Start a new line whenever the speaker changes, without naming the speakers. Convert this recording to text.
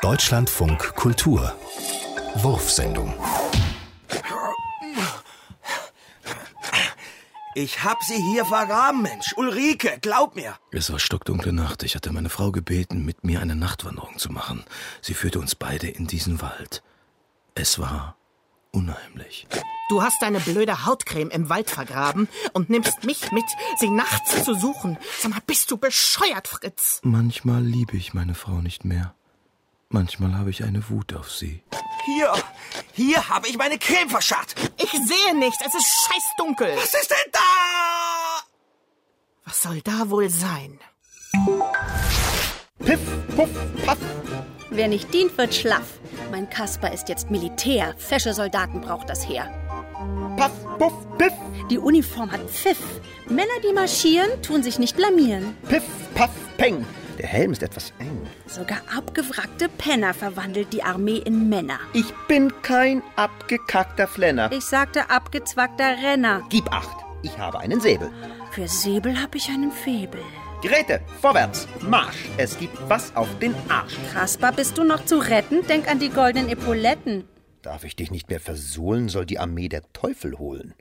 Deutschlandfunk Kultur. Wurfsendung.
Ich hab sie hier vergraben, Mensch. Ulrike, glaub mir.
Es war stockdunkle Nacht. Ich hatte meine Frau gebeten, mit mir eine Nachtwanderung zu machen. Sie führte uns beide in diesen Wald. Es war unheimlich.
Du hast deine blöde Hautcreme im Wald vergraben und nimmst mich mit, sie nachts zu suchen. Sag mal, bist du bescheuert, Fritz?
Manchmal liebe ich meine Frau nicht mehr. Manchmal habe ich eine Wut auf sie.
Hier, hier habe ich meine Creme verscharrt.
Ich sehe nichts, es ist scheißdunkel.
Was ist denn da?
Was soll da wohl sein?
Piff, puff, paff.
Wer nicht dient, wird schlaff. Mein Kasper ist jetzt Militär. Fesche Soldaten braucht das Heer.
Paff, puff, piff.
Die Uniform hat Pfiff. Männer, die marschieren, tun sich nicht blamieren.
Piff, paff, peng. Der Helm ist etwas eng.
Sogar abgewrackte Penner verwandelt die Armee in Männer.
Ich bin kein abgekackter Flenner.
Ich sagte abgezwackter Renner.
Gib acht, ich habe einen Säbel.
Für Säbel hab ich einen Febel.
Geräte, vorwärts, Marsch. Es gibt was auf den Arsch.
Kasper, bist du noch zu retten? Denk an die goldenen Epauletten.
Darf ich dich nicht mehr versohlen, soll die Armee der Teufel holen.